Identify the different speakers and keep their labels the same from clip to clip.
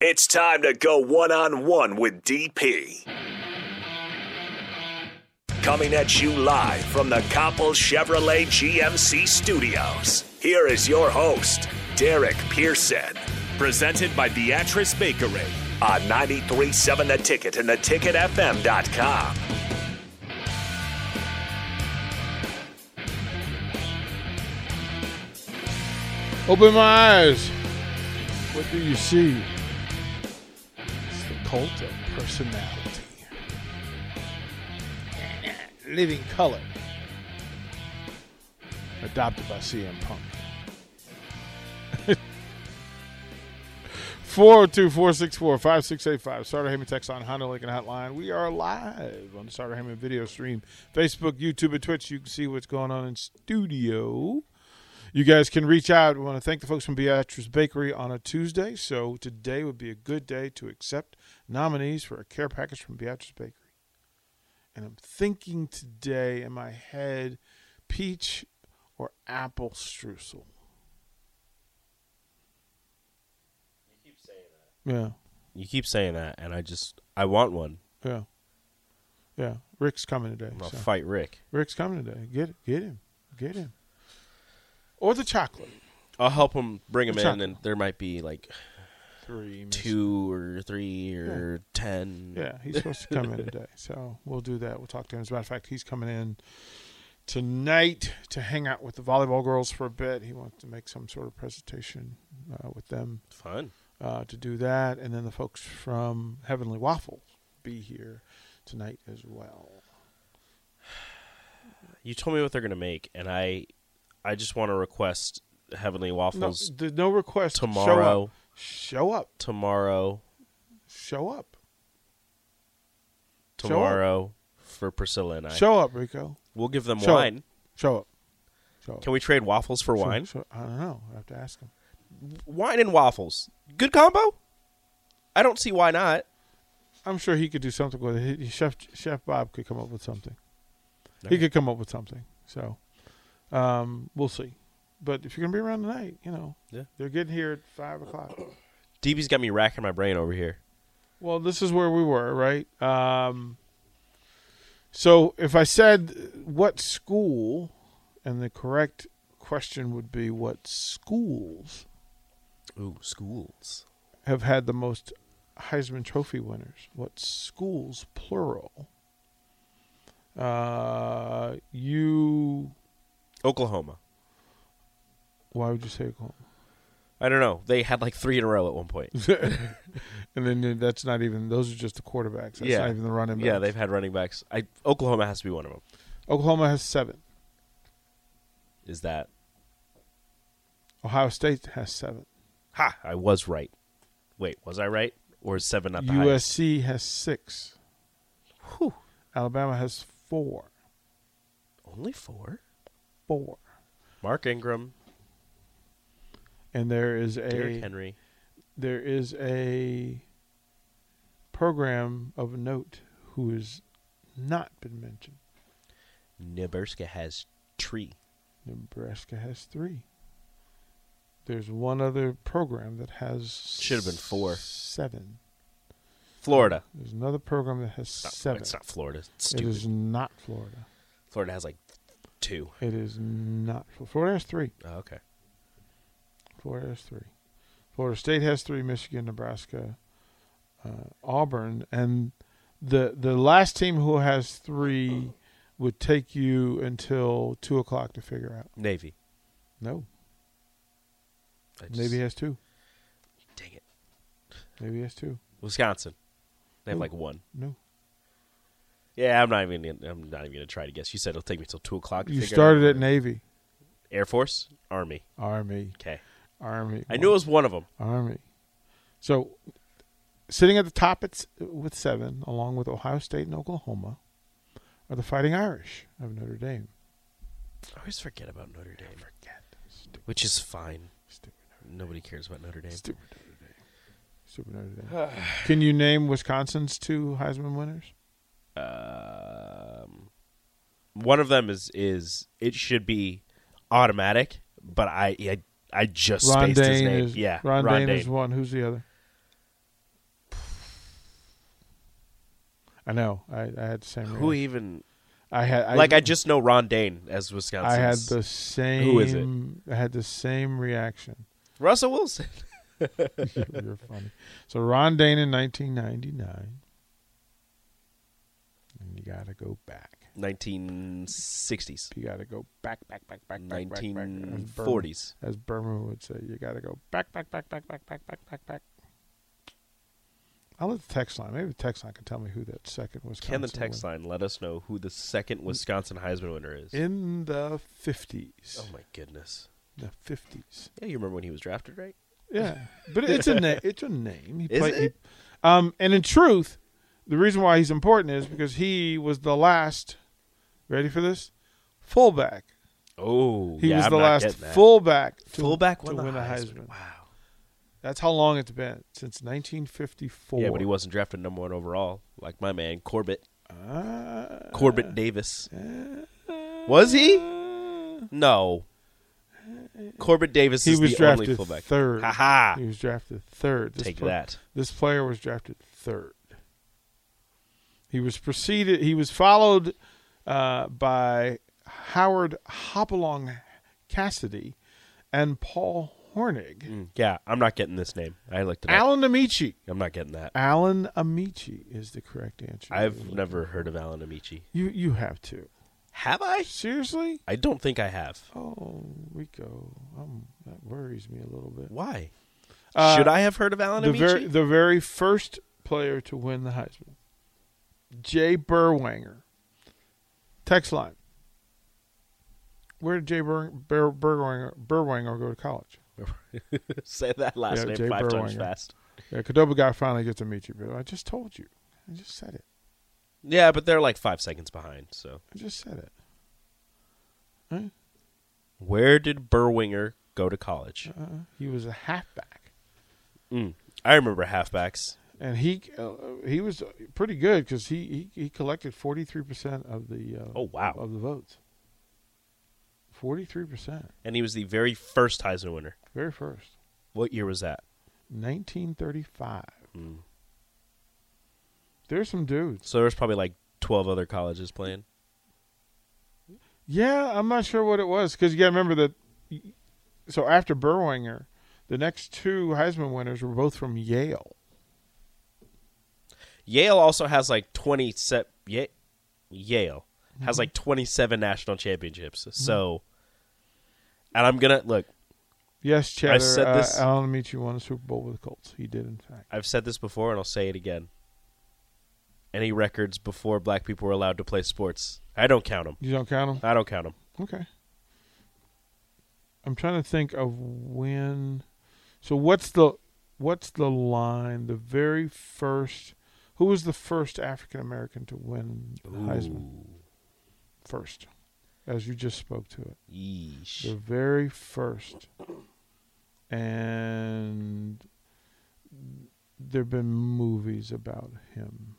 Speaker 1: It's time to go one on one with DP. Coming at you live from the Coppel Chevrolet GMC studios. Here is your host, Derek Pearson,
Speaker 2: Presented by Beatrice Bakery.
Speaker 1: on 937 The Ticket and theticketfm.com.
Speaker 3: Open my eyes. What do you see? It's the cult of personality. Living color. Adopted by CM Punk. 402 464 5685. Starter Heyman text on Honda Lincoln Hotline. We are live on the Starter Heyman video stream. Facebook, YouTube, and Twitch. You can see what's going on in studio you guys can reach out. We want to thank the folks from Beatrice Bakery on a Tuesday. So today would be a good day to accept nominees for a care package from Beatrice Bakery. And I'm thinking today in my head peach or apple streusel. You keep saying
Speaker 4: You keep saying that, and I just I want one.
Speaker 3: that. Yeah. Yeah. Yeah. Rick's coming today.
Speaker 4: I'll
Speaker 3: so.
Speaker 4: fight Rick.
Speaker 3: Rick's coming today. Get it. Get him. Get him. Or the chocolate.
Speaker 4: I'll help him bring him
Speaker 3: What's
Speaker 4: in,
Speaker 3: that?
Speaker 4: and there might be like
Speaker 3: Three. Miss-
Speaker 4: two or three or ten.
Speaker 3: Yeah, he's supposed to come in today, so we'll do that. We'll talk to him. As a matter of fact, he's coming in tonight to hang out with the volleyball girls for a bit. He wants to make some sort of presentation uh, with them
Speaker 4: Fun.
Speaker 3: uh, to do that, and then the folks from Heavenly Waffles be here tonight as well.
Speaker 4: You told me what they're gonna make, and I I just want to request Heavenly
Speaker 3: No,
Speaker 4: Waffles
Speaker 3: the, no request
Speaker 4: tomorrow.
Speaker 3: Show up.
Speaker 4: tomorrow,
Speaker 3: Show up. Show up. Show up.
Speaker 4: tomorrow for Priscilla and I.
Speaker 3: Show up, Rico.
Speaker 4: we'll give them
Speaker 3: Show up.
Speaker 4: wine.
Speaker 3: Show up. Show up.
Speaker 4: Can we trade waffles for
Speaker 3: Show-
Speaker 4: wine?
Speaker 3: show- I don't know. I have to ask him.
Speaker 4: Wine and waffles, good combo. I don't see why not.
Speaker 3: I'm sure he could do something with it. He- Chef Chef Bob could come up with something. He could come up with something. So um, we'll see. But if you're gonna be around tonight, you know,
Speaker 4: Yeah.
Speaker 3: they're getting here at five o'clock.
Speaker 4: DB's got me racking my brain over here.
Speaker 3: Well, this is where we were, right? Um, so if I said what school, and the correct question would be what schools
Speaker 4: Ooh, schools.
Speaker 3: have had the most Heisman Trophy winners? What schools, plural? Uh, you
Speaker 4: Oklahoma.
Speaker 3: Why would you say Oklahoma?
Speaker 4: I don't know. They had like three in a row at one point.
Speaker 3: And then that's not even; those are just the quarterbacks. That's
Speaker 4: yeah,
Speaker 3: not even the running backs.
Speaker 4: Yeah, they've had running backs. I Oklahoma has to be one of them.
Speaker 3: Oklahoma has seven.
Speaker 4: Is that?
Speaker 3: Ohio State has seven.
Speaker 4: Ha! I was right. Wait, was I right? Or is seven not the highest?
Speaker 3: USC has six.
Speaker 4: Whew.
Speaker 3: Alabama has four.
Speaker 4: Only four.
Speaker 3: Four.
Speaker 4: Mark Ingram,
Speaker 3: And there is a
Speaker 4: Derrick Henry.
Speaker 3: there is a program of note who has not been mentioned.
Speaker 4: Nebraska has three.
Speaker 3: Nebraska has three. There's one other program that has
Speaker 4: Should have been four.
Speaker 3: Seven.
Speaker 4: Florida.
Speaker 3: There's another program that has
Speaker 4: No,
Speaker 3: seven.
Speaker 4: It's not Florida. It's
Speaker 3: It
Speaker 4: stupid.
Speaker 3: is not Florida.
Speaker 4: Florida has like two.
Speaker 3: It is not Fl- Florida has three.
Speaker 4: Oh, okay.
Speaker 3: Florida has three. Florida State has three. Michigan, Nebraska, uh, Auburn, and the the last team who has three would take you until two o'clock to figure out.
Speaker 4: Navy.
Speaker 3: No,
Speaker 4: I just-
Speaker 3: Navy has two.
Speaker 4: Dang it.
Speaker 3: Navy has two.
Speaker 4: Wisconsin. They have
Speaker 3: Ooh.
Speaker 4: like one.
Speaker 3: No,
Speaker 4: Yeah, I'm not even. gonna- I'm not even gonna try to guess. You said it'll take me till two o'clock. to
Speaker 3: you
Speaker 4: figure
Speaker 3: started
Speaker 4: out.
Speaker 3: at Navy,
Speaker 4: Air Force, Army.
Speaker 3: Army,
Speaker 4: Okay.
Speaker 3: Army.
Speaker 4: I knew it was one of them.
Speaker 3: Army. So Sitting at the top at, s- with seven, along with Ohio State and Oklahoma, are the Fighting Irish of Notre Dame.
Speaker 4: I always forget about Notre Dame,
Speaker 3: Forget. Stupid,
Speaker 4: which is fine.
Speaker 3: stupid,
Speaker 4: Nobody cares about Notre Dame.
Speaker 3: stupid Notre Dame. Stupid Notre Dame. Can you name Wisconsin's two Heisman winners?
Speaker 4: Um, one of them is is it should be automatic, but I I, I just
Speaker 3: Ron
Speaker 4: spaced his
Speaker 3: Dane
Speaker 4: name.
Speaker 3: is
Speaker 4: yeah,
Speaker 3: Ron,
Speaker 4: Ron
Speaker 3: Dane,
Speaker 4: Dane.
Speaker 3: is one. Who's the other? I know. I, I had the same.
Speaker 4: Who
Speaker 3: reaction.
Speaker 4: even
Speaker 3: I had. I,
Speaker 4: like? I just know Ron Dane as Wisconsin.
Speaker 3: I had the same.
Speaker 4: Who is it?
Speaker 3: I had the same reaction.
Speaker 4: Russell Wilson.
Speaker 3: You're funny. So Ron Dane in 1999, and you got to go back.
Speaker 4: 1960s,
Speaker 3: You got to go back, back, back, back, back, back, back. As Berman-
Speaker 4: 1940s.
Speaker 3: as Berman would say, you got to go back, back, back, back, back, back, back, back, back. I'll let the text line. Maybe the text line can tell me who that second was.
Speaker 4: Can the text line let us know who the
Speaker 3: Mm.
Speaker 4: second Wisconsin Heisman winner is?
Speaker 3: in the fifties?
Speaker 4: oh my goodness!
Speaker 3: The fifties.
Speaker 4: Yeah, you remember when he was drafted, right?
Speaker 3: Yeah, but it's a na- it's a name. He
Speaker 4: Is
Speaker 3: he-
Speaker 4: it?
Speaker 3: um, and in truth, the reason why he's important is because he was the last. Ready for this? Fullback.
Speaker 4: Oh,
Speaker 3: He
Speaker 4: yeah,
Speaker 3: was
Speaker 4: I'm
Speaker 3: the
Speaker 4: not
Speaker 3: last
Speaker 4: getting that.
Speaker 3: fullback to,
Speaker 4: fullback
Speaker 3: to
Speaker 4: won the
Speaker 3: win a
Speaker 4: Heisman.
Speaker 3: Heisman.
Speaker 4: Wow.
Speaker 3: That's how long it's been since 1954.
Speaker 4: Yeah, but he wasn't drafted number one overall, like my man Corbett.
Speaker 3: Ah.
Speaker 4: Corbett Davis. uh, Was he? No. uh, Corbett Davis
Speaker 3: He
Speaker 4: is
Speaker 3: was
Speaker 4: the only
Speaker 3: drafted
Speaker 4: fullback.
Speaker 3: third.
Speaker 4: Haha.
Speaker 3: He was drafted third.
Speaker 4: Take
Speaker 3: pla-
Speaker 4: that.
Speaker 3: This player was drafted third. He was preceded. He was followed uh, by Howard Hopalong Cassidy and Paul Hornig.
Speaker 4: Mm, Yeah, I'm not getting this name. I looked it up.
Speaker 3: Alan Amici.
Speaker 4: I'm not getting that.
Speaker 3: Alan Amici is the correct answer.
Speaker 4: I've never heard of Alan Amici.
Speaker 3: You you have to
Speaker 4: Have I?
Speaker 3: seriously.
Speaker 4: I don't think I have.
Speaker 3: Oh, Rico, um, that worries me a little bit.
Speaker 4: Why?
Speaker 3: Uh,
Speaker 4: Should I have heard of Alan
Speaker 3: the
Speaker 4: Amici?
Speaker 3: very the very first player to win the Heisman, Jay Burwanger. Text line. Where did Jay Bur- Bur- Burwanger, Burwanger go to college?
Speaker 4: Say that last
Speaker 3: Yeah,
Speaker 4: name
Speaker 3: Jay
Speaker 4: five times
Speaker 3: Berwanger.
Speaker 4: fast.
Speaker 3: Yeah, Cadoba guy finally gets to meet you, but I just told you. I just said it.
Speaker 4: Yeah, but they're like five seconds behind. So
Speaker 3: I just said it.
Speaker 4: where did Burwinger go to college?
Speaker 3: Uh, he was a halfback,
Speaker 4: Mm, I remember halfbacks.
Speaker 3: and he uh, he was pretty good because he, he he collected forty three percent of the uh,
Speaker 4: Oh, wow.
Speaker 3: of the votes. Forty three percent,
Speaker 4: and he was the very first Heisman winner.
Speaker 3: very first.
Speaker 4: What year was that?
Speaker 3: 1935.
Speaker 4: Hmm.
Speaker 3: There's some dudes.
Speaker 4: So there's probably like twelve other colleges playing.
Speaker 3: Yeah, I'm not sure what it was because you got to remember that. So after Burwanger, the next two Heisman winners were both from Yale.
Speaker 4: Yale also has like twenty set. Ye- Yale has like twenty seven national championships. So, and I'm gonna look.
Speaker 3: Yes, Cheddar. I
Speaker 4: said
Speaker 3: uh,
Speaker 4: this-
Speaker 3: Alan Amici won a Super Bowl with the Colts. He did, in fact.
Speaker 4: I've said this before, and I'll say it again. Any records before black people were allowed to play sports? I don't count them.
Speaker 3: You don't count him?
Speaker 4: I don't count them.
Speaker 3: Okay. I'm trying to think of when. So what's the what's the line? The very first. Who was the first African American to win the Heisman? first, as you just spoke to it. The Mm.
Speaker 4: Yeesh.
Speaker 3: very first. And there have been movies about him.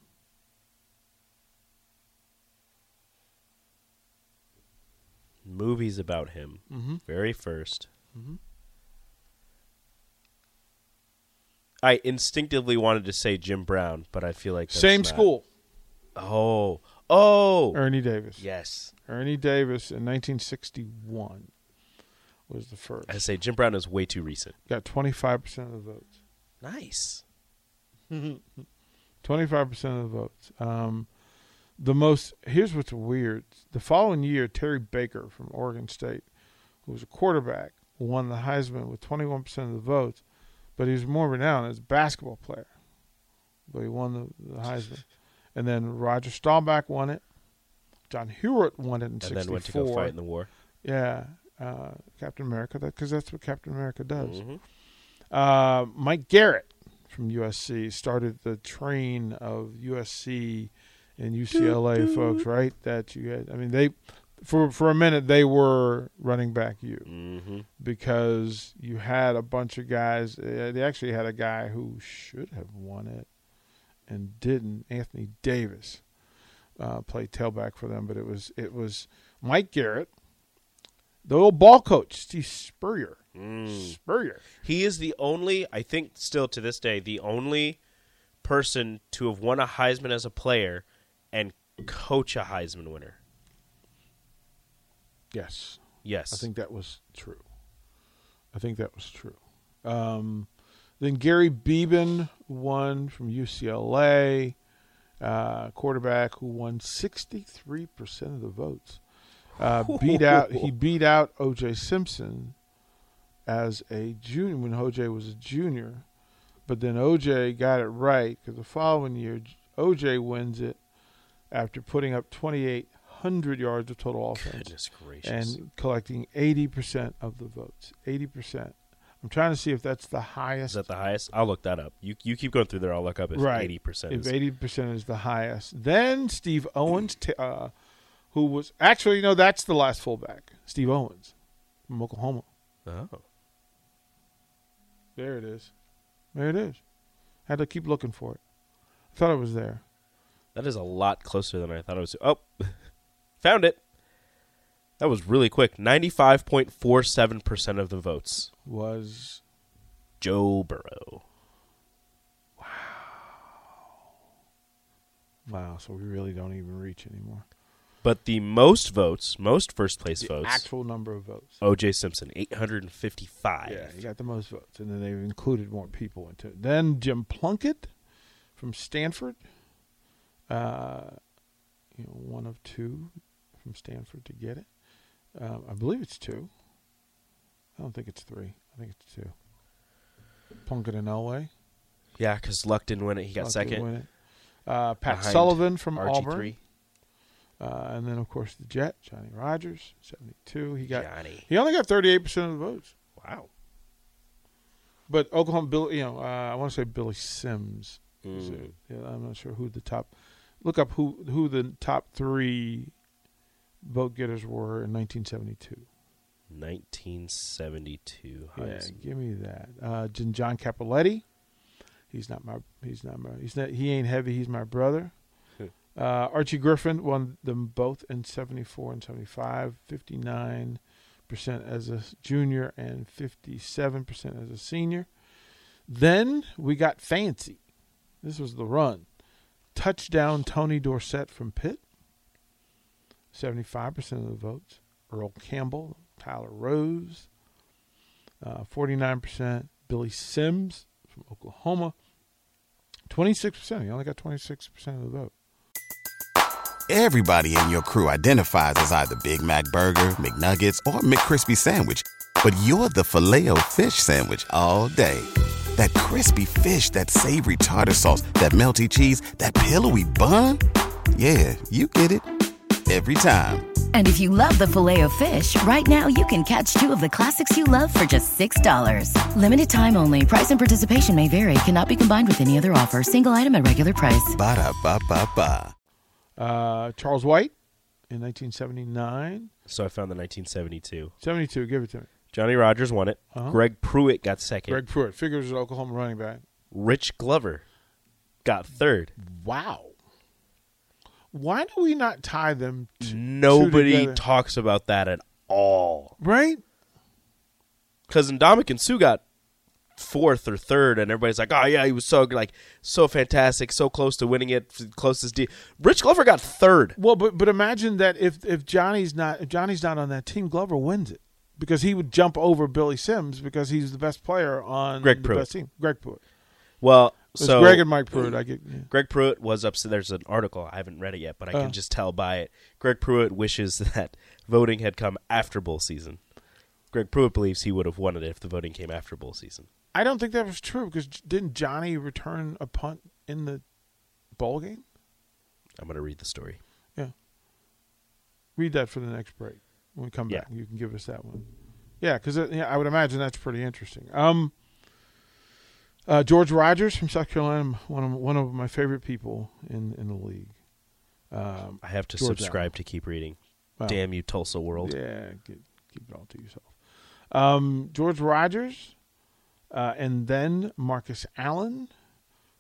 Speaker 4: Movies about him.
Speaker 3: Mm-hmm.
Speaker 4: Very first.
Speaker 3: Mhm.
Speaker 4: I instinctively wanted to say Jim Brown, but I feel like that's
Speaker 3: Same
Speaker 4: not-
Speaker 3: school. Er.
Speaker 4: Oh, oh,
Speaker 3: Ernie Davis.
Speaker 4: yes.
Speaker 3: Ernie Davis in 1961 was the first.
Speaker 4: I say Jim Brown is way too recent.
Speaker 3: Got 25% of the votes.
Speaker 4: Nice.
Speaker 3: 25% of the votes. Um, the most, here's what's weird. The following year, Terry Baker from Oregon State, who was a quarterback, won the Heisman with 21% of the votes, but he was more renowned as a basketball player. But he won the, the Heisman. And then Roger Staubach won it. John Hewitt won it in
Speaker 4: And then went to go
Speaker 3: 64.
Speaker 4: fight in the war.
Speaker 3: yeah, uh, Captain America, because that's what Captain America does.
Speaker 4: Mhm.
Speaker 3: Uh, Mike Garrett from USC started the train of USC and UCLA folks, right? That you had. I mean, they for for a minute they were running back you because you had a bunch of guys. uh, They actually had a guy who should have won it and didn't. Anthony Davis uh, played tailback for them, but it was it was Mike Garrett, the old ball coach Steve Spurrier. Spurrier.
Speaker 4: He is the only, I think, still to this day, the only person to have won a Heisman as a player and coach a Heisman winner.
Speaker 3: Yes.
Speaker 4: Yes,
Speaker 3: I think that was true. I think that was true. Um, then Gary Beben won from UCLA, uh, quarterback who won 63% of the votes. Uh, beat out he beat out OJ Simpson as a junior when OJ was a junior, but then OJ got it right because the following year OJ wins it after putting up 2,800 yards of total offense
Speaker 4: Goodness gracious!
Speaker 3: and collecting 80% of the votes. 80%. I'm trying to see if that's the highest.
Speaker 4: is that the highest? I'll look that up. You you keep going through there. I'll look up if eighty percent.
Speaker 3: If
Speaker 4: is
Speaker 3: 80% is the highest. Then Steve Owens, t- uh, who was actually, no, that's the last fullback. Steve Owens from Oklahoma.
Speaker 4: Oh,
Speaker 3: There it is. There it is. had to keep looking for it. I thought it was there.
Speaker 4: that is a lot closer than I thought it was. Oh, found it. That was really quick. Ninety-five point four seven percent of the votes.
Speaker 3: Was
Speaker 4: Joe Burrow.
Speaker 3: wow. So we really don't even reach anymore.
Speaker 4: But the most votes, most first place votes,
Speaker 3: Actual number of votes.
Speaker 4: OJ Simpson, 855.
Speaker 3: Yeah, he got the most votes, and then they've included more people into it. Then Jim Plunkett from Stanford, uh, you know, one of two from Stanford to get it. Um, I believe it's two. I don't think it's three. I think it's two. Plunkett and Elway.
Speaker 4: Yeah, because Luck didn't win it. He got
Speaker 3: Plunkett
Speaker 4: second.
Speaker 3: win it. Uh, Pat
Speaker 4: behind
Speaker 3: Sullivan from
Speaker 4: RG3.
Speaker 3: Auburn, uh, and then of course the Jet Johnny Rogers, seventy-two. He got
Speaker 4: Johnny.
Speaker 3: he only got thirty-eight percent of the votes.
Speaker 4: Wow.
Speaker 3: But Oklahoma, Bill, you know, uh, I want to say Billy Sims. is it? Yeah, I'm not sure who the top. Look up who who the top three vote getters were in 1972.
Speaker 4: 1972
Speaker 3: Yeah,
Speaker 4: Heisman.
Speaker 3: give me that. Uh, Jin- John Capoletti. He's not my. He's not my. He's not. He ain't heavy. He's my brother. Uh, Archie Griffin won them both in 74 and 75, 59% as a junior and 57% as a senior. Then we got fancy. This was the run. Touchdown Tony Dorsett from Pitt, 75% of the votes. Earl Campbell, Tyler Rose, uh, 49%. Billy Sims from Oklahoma, 26%. He only got 26% of the vote.
Speaker 5: Everybody in your crew identifies as either Big Mac Burger, McNuggets, or McCrispy Sandwich. But you're the filet fish Sandwich all day. That crispy fish, that savory tartar sauce, that melty cheese, that pillowy bun. Yeah, you get it. Every time.
Speaker 6: And if you love the filet of fish, right now you can catch two of the classics you love for just $6. Limited time only. Price and participation may vary. Cannot be combined with any other offer. Single item at regular price.
Speaker 5: Ba-da-ba-ba-ba.
Speaker 3: Uh, Charles White in 1979.
Speaker 4: So I found the 1972.
Speaker 3: 72, give it to me.
Speaker 4: Johnny Rogers won it. Greg Pruitt got second.
Speaker 3: Uh-huh. Greg Pruitt, figures at Oklahoma running back.
Speaker 4: Rich Glover got third.
Speaker 3: Wow. Why do we not tie them to
Speaker 4: Nobody
Speaker 3: together.
Speaker 4: talks about that at all.
Speaker 3: right?
Speaker 4: Because Ndamuk and Sue got fourth or third, and everybody's like, oh, yeah, he was so good, like so fantastic, so close to winning it, f- closest D. Rich Glover got third.
Speaker 3: Well, but but imagine that if if Johnny's not if Johnny's not on that team, Glover wins it because he would jump over Billy Sims because he's the best player on
Speaker 4: Greg
Speaker 3: the
Speaker 4: Pruitt.
Speaker 3: best team. Greg Pruitt.
Speaker 4: Well,
Speaker 3: It's
Speaker 4: so uh,
Speaker 3: Greg and Mike Pruitt. I get yeah.
Speaker 4: Greg Pruitt was upset. There's an article I haven't read it yet, but I
Speaker 3: Oh.
Speaker 4: can just tell by it. Greg Pruitt wishes that voting had come after bowl season. Greg Pruitt believes he would have won it if the voting came after bowl season.
Speaker 3: I don't think that was true because didn't Johnny return a punt in the ball game?
Speaker 4: I'm going to read the story.
Speaker 3: Yeah. Read that for the next break. When we come
Speaker 4: Yeah.
Speaker 3: back, you can uh, give us that one. Yeah, because yeah, I would imagine that's pretty interesting. Um, Uh, George Rogers from South Carolina, one of one of my favorite people in in the league. Um,
Speaker 4: I have to
Speaker 3: George
Speaker 4: subscribe to keep reading.
Speaker 3: Wow.
Speaker 4: Damn you, Tulsa world.
Speaker 3: Yeah, get, keep it all to yourself. Um, George Rogers, uh, and then Marcus Allen,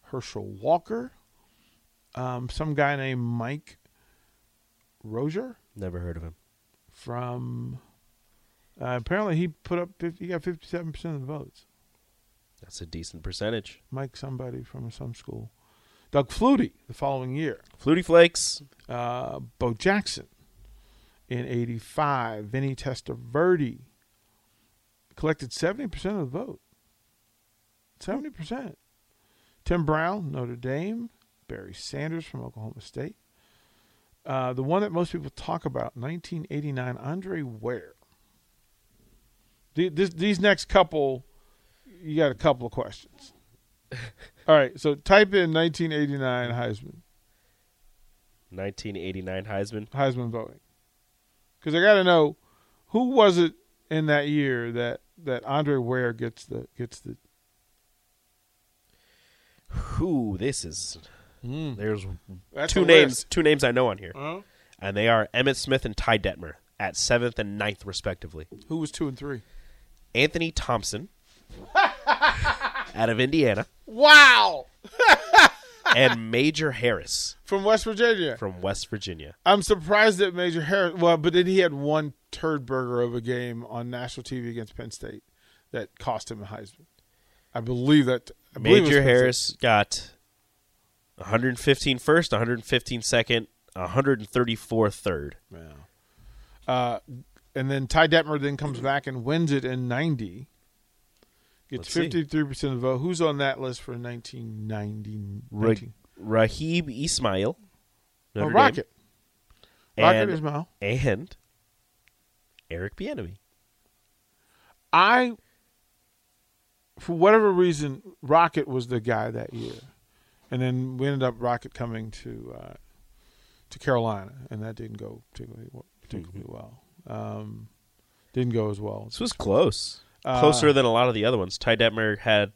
Speaker 3: Herschel Walker, um, some guy named Mike Rozier
Speaker 4: Never heard of him.
Speaker 3: from. Uh, apparently, he put up 50, he got fifty-seven percent of the votes.
Speaker 4: That's a decent percentage.
Speaker 3: Mike, somebody from some school, Doug Flutie, the following year.
Speaker 4: Flutie Flakes.
Speaker 3: uh, Bo Jackson in 85, Vinny Testaverde collected 70% of the vote. 70%. Tim Brown, Notre Dame, Barry Sanders from Oklahoma State. Uh, the one that most people talk about, 1989, Andre Ware. The, this, these next couple, you got a couple of questions. All right, so type in 1989 Heisman.
Speaker 4: 1989 Heisman.
Speaker 3: Heisman voting. Because I got to know who was it in that year that that Andre Ware gets the gets the.
Speaker 4: Who this is?
Speaker 3: Hmm.
Speaker 4: There's
Speaker 3: That's
Speaker 4: two
Speaker 3: a
Speaker 4: names.
Speaker 3: list.
Speaker 4: Two names I know on here,
Speaker 3: Huh?
Speaker 4: and they are Emmett Smith and Ty Detmer at seventh and ninth respectively.
Speaker 3: Who was two and three?
Speaker 4: Anthony Thompson out of Indiana
Speaker 3: Wow!
Speaker 4: and Major Harris
Speaker 3: From West Virginia.
Speaker 4: from West Virginia.
Speaker 3: I'm surprised that Major Harris. Well, but then he had one turd burger of a game on national TV against Penn State that cost him a Heisman. I believe that. I believe it was
Speaker 4: Major
Speaker 3: Penn State.
Speaker 4: Harris got 115 first, 115 second, 134 third.
Speaker 3: Uh, and then Ty Detmer then comes back and wins it in 90. Gets
Speaker 4: Let's see.
Speaker 3: 53% of the vote. Who's on that list for 1990?
Speaker 4: Ra-
Speaker 3: 19
Speaker 4: Raheem Ismail.
Speaker 3: oh,
Speaker 4: Notre Dame,
Speaker 3: Rocket. Rocket
Speaker 4: and-
Speaker 3: Ismail.
Speaker 4: And Eric Bieniemy.
Speaker 3: I, for whatever reason, Rocket was the guy that year. And then we ended up Rocket coming to uh, to Carolina, and that didn't go particularly, well- particularly
Speaker 4: Mm-hmm.
Speaker 3: well. Um, didn't go as well.
Speaker 4: This was close.
Speaker 3: Uh,
Speaker 4: Closer than a lot of the other ones. Ty Detmer had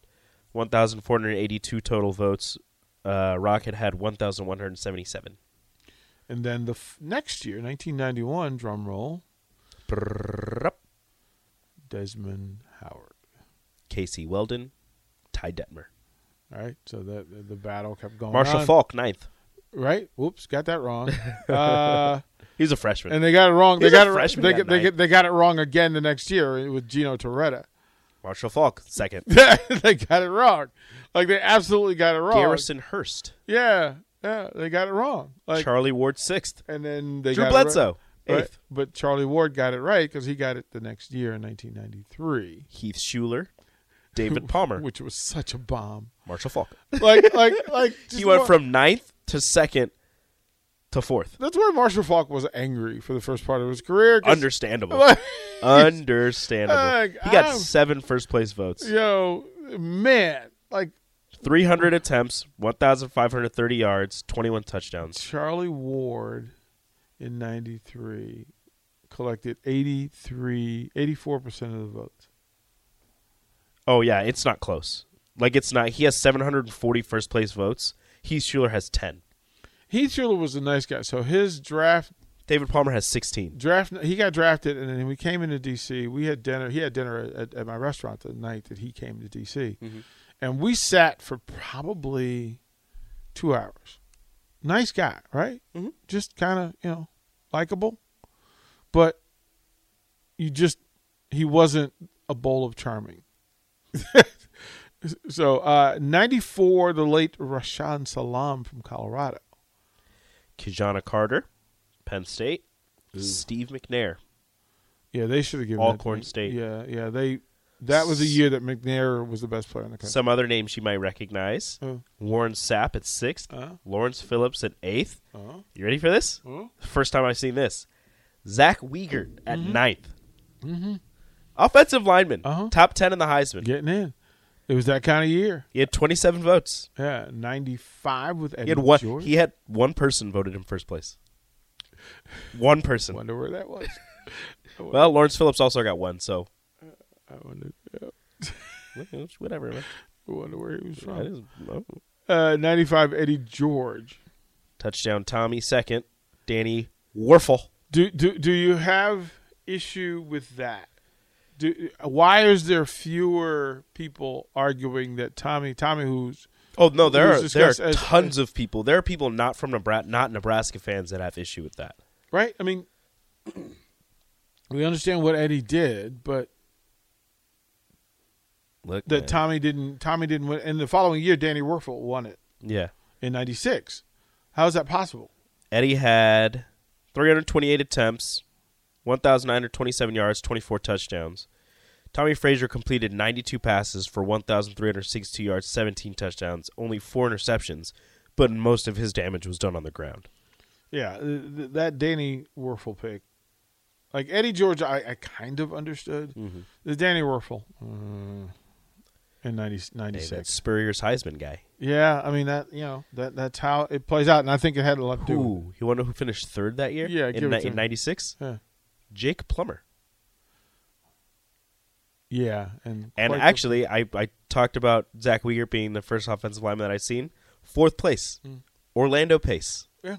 Speaker 4: 1,482 total votes. Uh, Rocket had 1,177.
Speaker 3: And then the f- next year, 1991, drum roll, Desmond Howard.
Speaker 4: Casey Weldon, Ty Detmer.
Speaker 3: All right, so that the battle kept going.
Speaker 4: Marshall
Speaker 3: on.
Speaker 4: Falk, ninth.
Speaker 3: Right? Whoops, got that wrong. uh,
Speaker 4: He's a freshman.
Speaker 3: and they got it wrong. They
Speaker 4: He's a
Speaker 3: got it.
Speaker 4: freshman
Speaker 3: They,
Speaker 4: that
Speaker 3: get- they,
Speaker 4: night.
Speaker 3: get- they got it wrong again the next year with Gino Toretta.
Speaker 4: Marshall Falk, second.
Speaker 3: they got it wrong. Like they absolutely got it wrong.
Speaker 4: Garrison Hurst,
Speaker 3: Yeah, yeah, they got it wrong. Like
Speaker 4: Charlie Ward, sixth.
Speaker 3: and then they
Speaker 4: Drew
Speaker 3: got
Speaker 4: Bledsoe,
Speaker 3: it right. right.
Speaker 4: eighth.
Speaker 3: But Charlie Ward got it right because he got it the next year in 1993,
Speaker 4: Heath Schuler, David Palmer,
Speaker 3: which was such a bomb.
Speaker 4: Marshall Falk.
Speaker 3: Like, like, like. just
Speaker 4: He went
Speaker 3: more-
Speaker 4: from ninth to second to fourth.
Speaker 3: That's why Marshall Falk was angry for the first part of his career. 'cause-
Speaker 4: Understandable. Understandable.
Speaker 3: Like,
Speaker 4: He got
Speaker 3: I'm-
Speaker 4: seven first place votes,
Speaker 3: Yo, man, like
Speaker 4: 300 attempts, 1,530 yards, 21 touchdowns.
Speaker 3: Charlie Ward in 93 collected 83, 84% of the votes.
Speaker 4: Oh, yeah, it's not close. Like, it's not. He has 740 first place votes. Heath Schuler has 10.
Speaker 3: Heath Schuler was a nice guy. So his draft,
Speaker 4: David Palmer has 16.
Speaker 3: draft, he got drafted, and then we came into D.C. We had dinner. He had dinner at, at my restaurant the night that he came to D.C. And we sat for probably two hours. Nice guy, right? Just kind of, you know, likable. But you just, he wasn't a bowl of charming. so, uh, 94, the late Rashan Salam from Colorado.
Speaker 4: Kijana Carter, Penn State. Steve McNair,
Speaker 3: Yeah, they should have given that to
Speaker 4: Alcorn
Speaker 3: Mc-
Speaker 4: State.
Speaker 3: Yeah, yeah, they. That was the year that McNair was the best player in the country.
Speaker 4: Some other names you might recognize.
Speaker 3: Oh.
Speaker 4: Warren Sapp at 6th
Speaker 3: Uh-huh.
Speaker 4: Lawrence Phillips at 8th
Speaker 3: Uh-huh.
Speaker 4: You ready for this?
Speaker 3: Uh-huh.
Speaker 4: First time I've seen this. Zach Wiegert at ninth. Offensive lineman.
Speaker 3: Mm-hmm. Uh-huh.
Speaker 4: Top 10 in the Heisman.
Speaker 3: Getting in, it was that kind of year.
Speaker 4: He had 27 votes.
Speaker 3: Yeah, ninety five with Eddie
Speaker 4: He had one
Speaker 3: George.
Speaker 4: he had one person voted in first place. One person.
Speaker 3: wonder where that was.
Speaker 4: Well, Lawrence Phillips also got one, so
Speaker 3: I wonder. yeah.
Speaker 4: whatever. Man.
Speaker 3: I wonder where he was
Speaker 4: That
Speaker 3: from.
Speaker 4: is oh.
Speaker 3: Uh, 95 Eddie George.
Speaker 4: touchdown. Tommy second. Danny Werfel.
Speaker 3: Do do do you have issue with that? Do, why is there fewer people arguing that Tommy Tommy who's
Speaker 4: Oh no, there
Speaker 3: was
Speaker 4: are there
Speaker 3: discussed
Speaker 4: are
Speaker 3: as- uh,
Speaker 4: tons of people. There are people not from Nebraska, not Nebraska fans that have issue with that.
Speaker 3: right? I mean, we understand what Eddie did, but
Speaker 4: Look,
Speaker 3: that
Speaker 4: man.
Speaker 3: Tommy didn't Tommy didn't win. And the following year, Danny Werfel won it
Speaker 4: yeah,
Speaker 3: in '96. How is that possible?
Speaker 4: Eddie had 328 attempts, 1,927 yards, 24 touchdowns. Tommy Frazier completed 92 passes for 1,362 yards, 17 touchdowns, only four interceptions, but most of his damage was done on the ground.
Speaker 3: Yeah, th- th- that Danny Werfel pick. Like Eddie George, I, I kind of understood. The Danny Werfel mm, in 90,
Speaker 4: Hey,
Speaker 3: 96.
Speaker 4: that Spurrier's Heisman guy.
Speaker 3: Yeah, I mean that you know that that's how it plays out, and I think it had a lot to do. with it.
Speaker 4: Ooh, you want to know who finished third that year?
Speaker 3: Yeah, give
Speaker 4: in,
Speaker 3: it
Speaker 4: ni-
Speaker 3: to
Speaker 4: in
Speaker 3: me.
Speaker 4: '96,
Speaker 3: Yeah.
Speaker 4: Jake Plummer.
Speaker 3: Yeah, and
Speaker 4: And
Speaker 3: quite the-
Speaker 4: actually, I, I talked about Zach Wieger being the first offensive lineman that I've seen. Fourth place,
Speaker 3: Hmm.
Speaker 4: Orlando Pace.
Speaker 3: yeah,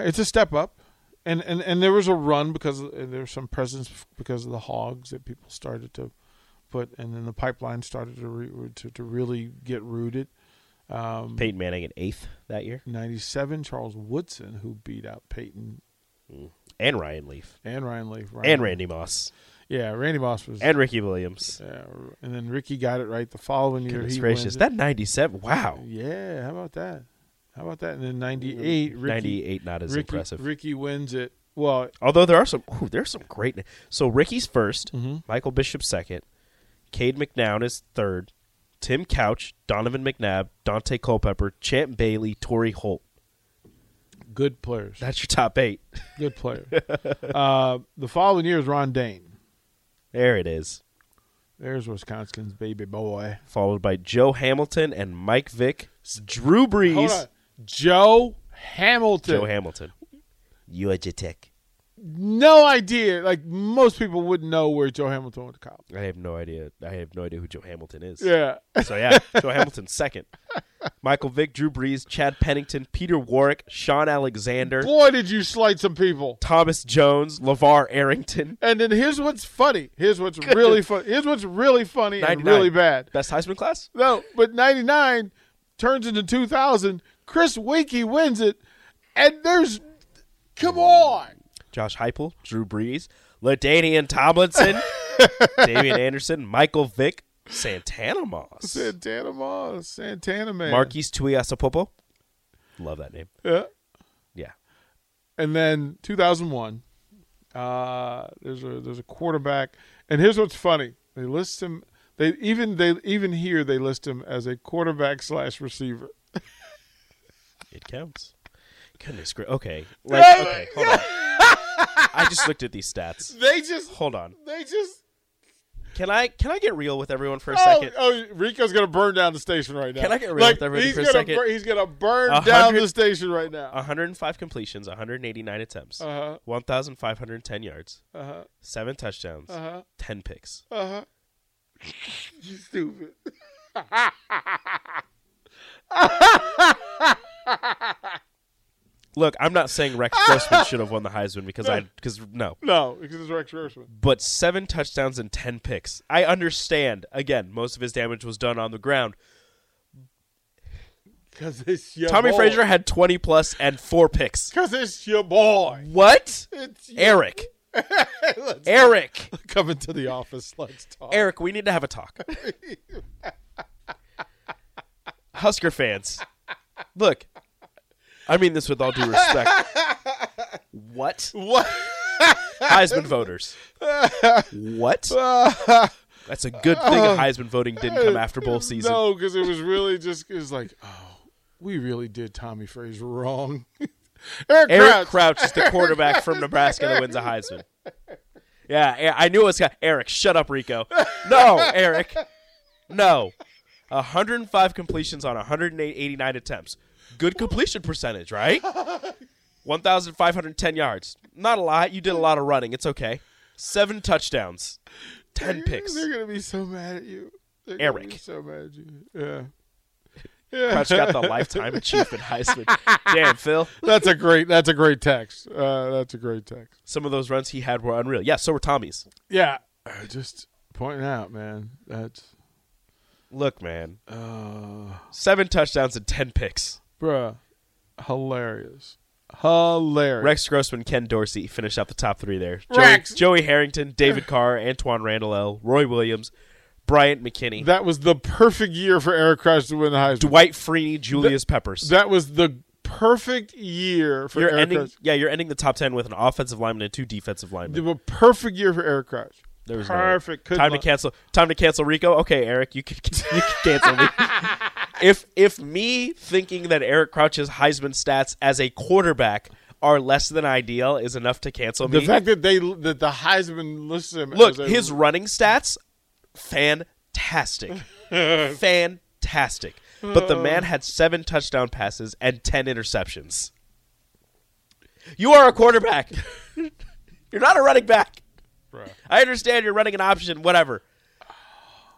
Speaker 3: it's a step up, and and and there was a run because and there was some presence because of the hogs that people started to put, and then the pipeline started to re, to to really get rooted. Um,
Speaker 4: Peyton Manning at eighth that year,
Speaker 3: Ninety seven, Charles Woodson, who beat out Peyton
Speaker 4: and Ryan Leaf,
Speaker 3: and Ryan Leaf, Ryan,
Speaker 4: and Randy Moss,
Speaker 3: Yeah, Randy Moss was,
Speaker 4: and Ricky Williams.
Speaker 3: yeah, and then Ricky got it right the following year.
Speaker 4: Goodness
Speaker 3: he
Speaker 4: gracious,
Speaker 3: wins it.
Speaker 4: that '97. Wow,
Speaker 3: yeah, how about that? How about that? And then ninety eight, Ricky.
Speaker 4: '98 not as
Speaker 3: Ricky,
Speaker 4: impressive.
Speaker 3: Ricky wins it. Well,
Speaker 4: Although there are some, ooh, there's some great. na- So Ricky's 1st
Speaker 3: Mm-hmm.
Speaker 4: Michael Bishop second, Cade McNown is third, Tim Couch, Donovan McNabb, Dante Culpepper, Champ Bailey, Torrey Holt.
Speaker 3: good players.
Speaker 4: That's your top eight.
Speaker 3: Good player. uh, the following year is Ron Dane.
Speaker 4: There it is.
Speaker 3: There's Wisconsin's baby boy.
Speaker 4: Followed by Joe Hamilton and Mike Vick, Drew
Speaker 3: Hold
Speaker 4: Brees,
Speaker 3: on. Joe Hamilton.
Speaker 4: Joe Hamilton. Georgia Tech.
Speaker 3: no idea. Like most people wouldn't know where Joe Hamilton went to college.
Speaker 4: I have no idea. I have no idea who Joe Hamilton is.
Speaker 3: Yeah.
Speaker 4: So yeah, Joe Hamilton second. Michael Vick, Drew Brees, Chad Pennington, Peter Warwick, Sean Alexander,
Speaker 3: Boy, did you slight some people.
Speaker 4: Thomas Jones, LeVar Arrington.
Speaker 3: And then here's what's funny. Here's what's really funny. Here's what's really funny and
Speaker 4: 99.
Speaker 3: really bad.
Speaker 4: Best Heisman class?
Speaker 3: No, but 99 turns into 2000. Chris Winkie wins it. And there's, come on.
Speaker 4: Josh Heupel, Drew Brees, LaDainian Tomlinson, Damian Anderson, Michael Vick, Santana Moss,
Speaker 3: Santana Moss, Santana man.
Speaker 4: Marquise Tuiasopopo. Love that name.
Speaker 3: Yeah.
Speaker 4: Yeah.
Speaker 3: And then 2001, uh, there's a there's a quarterback, and here's what's funny: they list him. They even they even here they list him as a quarterback slash receiver.
Speaker 4: It counts. Goodness gra- Okay. Like, okay, hold on. I just looked at these stats.
Speaker 3: They just
Speaker 4: Hold on.
Speaker 3: they just.
Speaker 4: Can I can I get real with everyone for a
Speaker 3: Oh,
Speaker 4: second?
Speaker 3: oh, Rico's gonna burn down the station right now.
Speaker 4: Can I get real with everybody
Speaker 3: he's
Speaker 4: for a
Speaker 3: gonna
Speaker 4: second?
Speaker 3: bur- he's gonna burn
Speaker 4: A
Speaker 3: down
Speaker 4: hundred- Uh,
Speaker 3: the station right now.
Speaker 4: 105 completions, 189 attempts,
Speaker 3: Uh-huh.
Speaker 4: 1,510 yards,
Speaker 3: Uh-huh.
Speaker 4: seven touchdowns, 10 picks.
Speaker 3: You stupid.
Speaker 4: Look, I'm not saying Rex Grossman should have won the Heisman because I because no,
Speaker 3: No, because it's Rex Grossman.
Speaker 4: but seven touchdowns and 10 picks. I understand. Again, most of his damage was done on the ground.
Speaker 3: Because it's your
Speaker 4: Tommy
Speaker 3: boy.
Speaker 4: Frazier had 20 plus and four picks.
Speaker 3: Because it's your boy.
Speaker 4: What?
Speaker 3: It's your-
Speaker 4: Eric. Eric.
Speaker 3: Come into the office. Let's talk.
Speaker 4: Eric, we need to have a talk. Husker fans, look, I mean this with all due respect. What?
Speaker 3: What?
Speaker 4: Heisman voters. What? That's a good thing Heisman voting didn't come after bowl season.
Speaker 3: No, because it was really just it was like, oh, we really did Tommy Fraser wrong. Eric,
Speaker 4: Eric
Speaker 3: Crouch.
Speaker 4: Crouch is the quarterback from Nebraska that wins a Heisman. Yeah, I I knew it was Eric. Shut up, Rico. No, Eric. No. 105 completions on 189 attempts. Good completion percentage, right? 1,510 yards. Not a lot. You did a lot of running. It's okay. Seven touchdowns, 10 picks.
Speaker 3: They're gonna be so mad at you. They're gonna
Speaker 4: Eric.
Speaker 3: be So mad at you. Yeah.
Speaker 4: Crouch got the lifetime achievement Heisman. Damn, Phil.
Speaker 3: That's a great. That's a great text. Uh, that's a great text.
Speaker 4: Some of those runs he had were unreal. Yeah, so were Tommy's.
Speaker 3: Yeah. Uh, Just pointing out, man. That's
Speaker 4: Look, man.
Speaker 3: Uh,
Speaker 4: Seven touchdowns and ten picks.
Speaker 3: bruh, hilarious, hilarious.
Speaker 4: Rex Grossman, Ken Dorsey finish out the top three there. Joey,
Speaker 3: Rex!
Speaker 4: Joey Harrington, David Carr, Antoine Randall, L, Roy Williams, Bryant McKinney,
Speaker 3: That was the perfect year for Eric Crouch to win the Heisman.
Speaker 4: Dwight Freeney, Julius Peppers.
Speaker 3: That was the perfect year for
Speaker 4: you're
Speaker 3: Eric
Speaker 4: ending,
Speaker 3: Crouch.
Speaker 4: yeah, you're ending the top ten with an offensive lineman and two defensive
Speaker 3: The
Speaker 4: linemen.
Speaker 3: the perfect year for Eric Crouch.
Speaker 4: There was no-
Speaker 3: perfect. Could
Speaker 4: time
Speaker 3: not-
Speaker 4: to cancel. Time to cancel Rico. Okay, Eric, you can you can cancel me. if if me thinking that Eric Crouch's Heisman stats as a quarterback are less than ideal is enough to cancel me.
Speaker 3: The fact that they that the Heisman lists him.
Speaker 4: Look,
Speaker 3: as a-
Speaker 4: his running stats, fantastic. fantastic. But the man had seven touchdown passes and 10 interceptions. You are a quarterback. you're not a running back.
Speaker 3: Bruh.
Speaker 4: I understand you're running an option, whatever.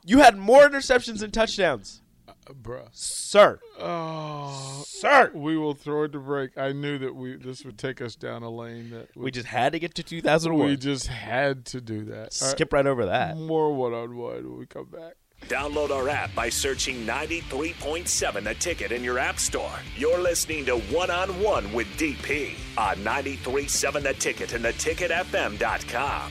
Speaker 4: You had more interceptions and touchdowns,
Speaker 3: Uh, Bruh. Oh.
Speaker 4: sir.
Speaker 3: Sir, we will throw it to break. I knew that we this would take us down a lane that
Speaker 4: We just had to get to 2001.
Speaker 3: we just had to do that. All right,
Speaker 4: Skip right over that.
Speaker 3: more one on one when we come back.
Speaker 2: Download our app by searching 93.7 The Ticket in your app store. You're listening to One on One with DP on 93.7 The Ticket and theticketfm.com.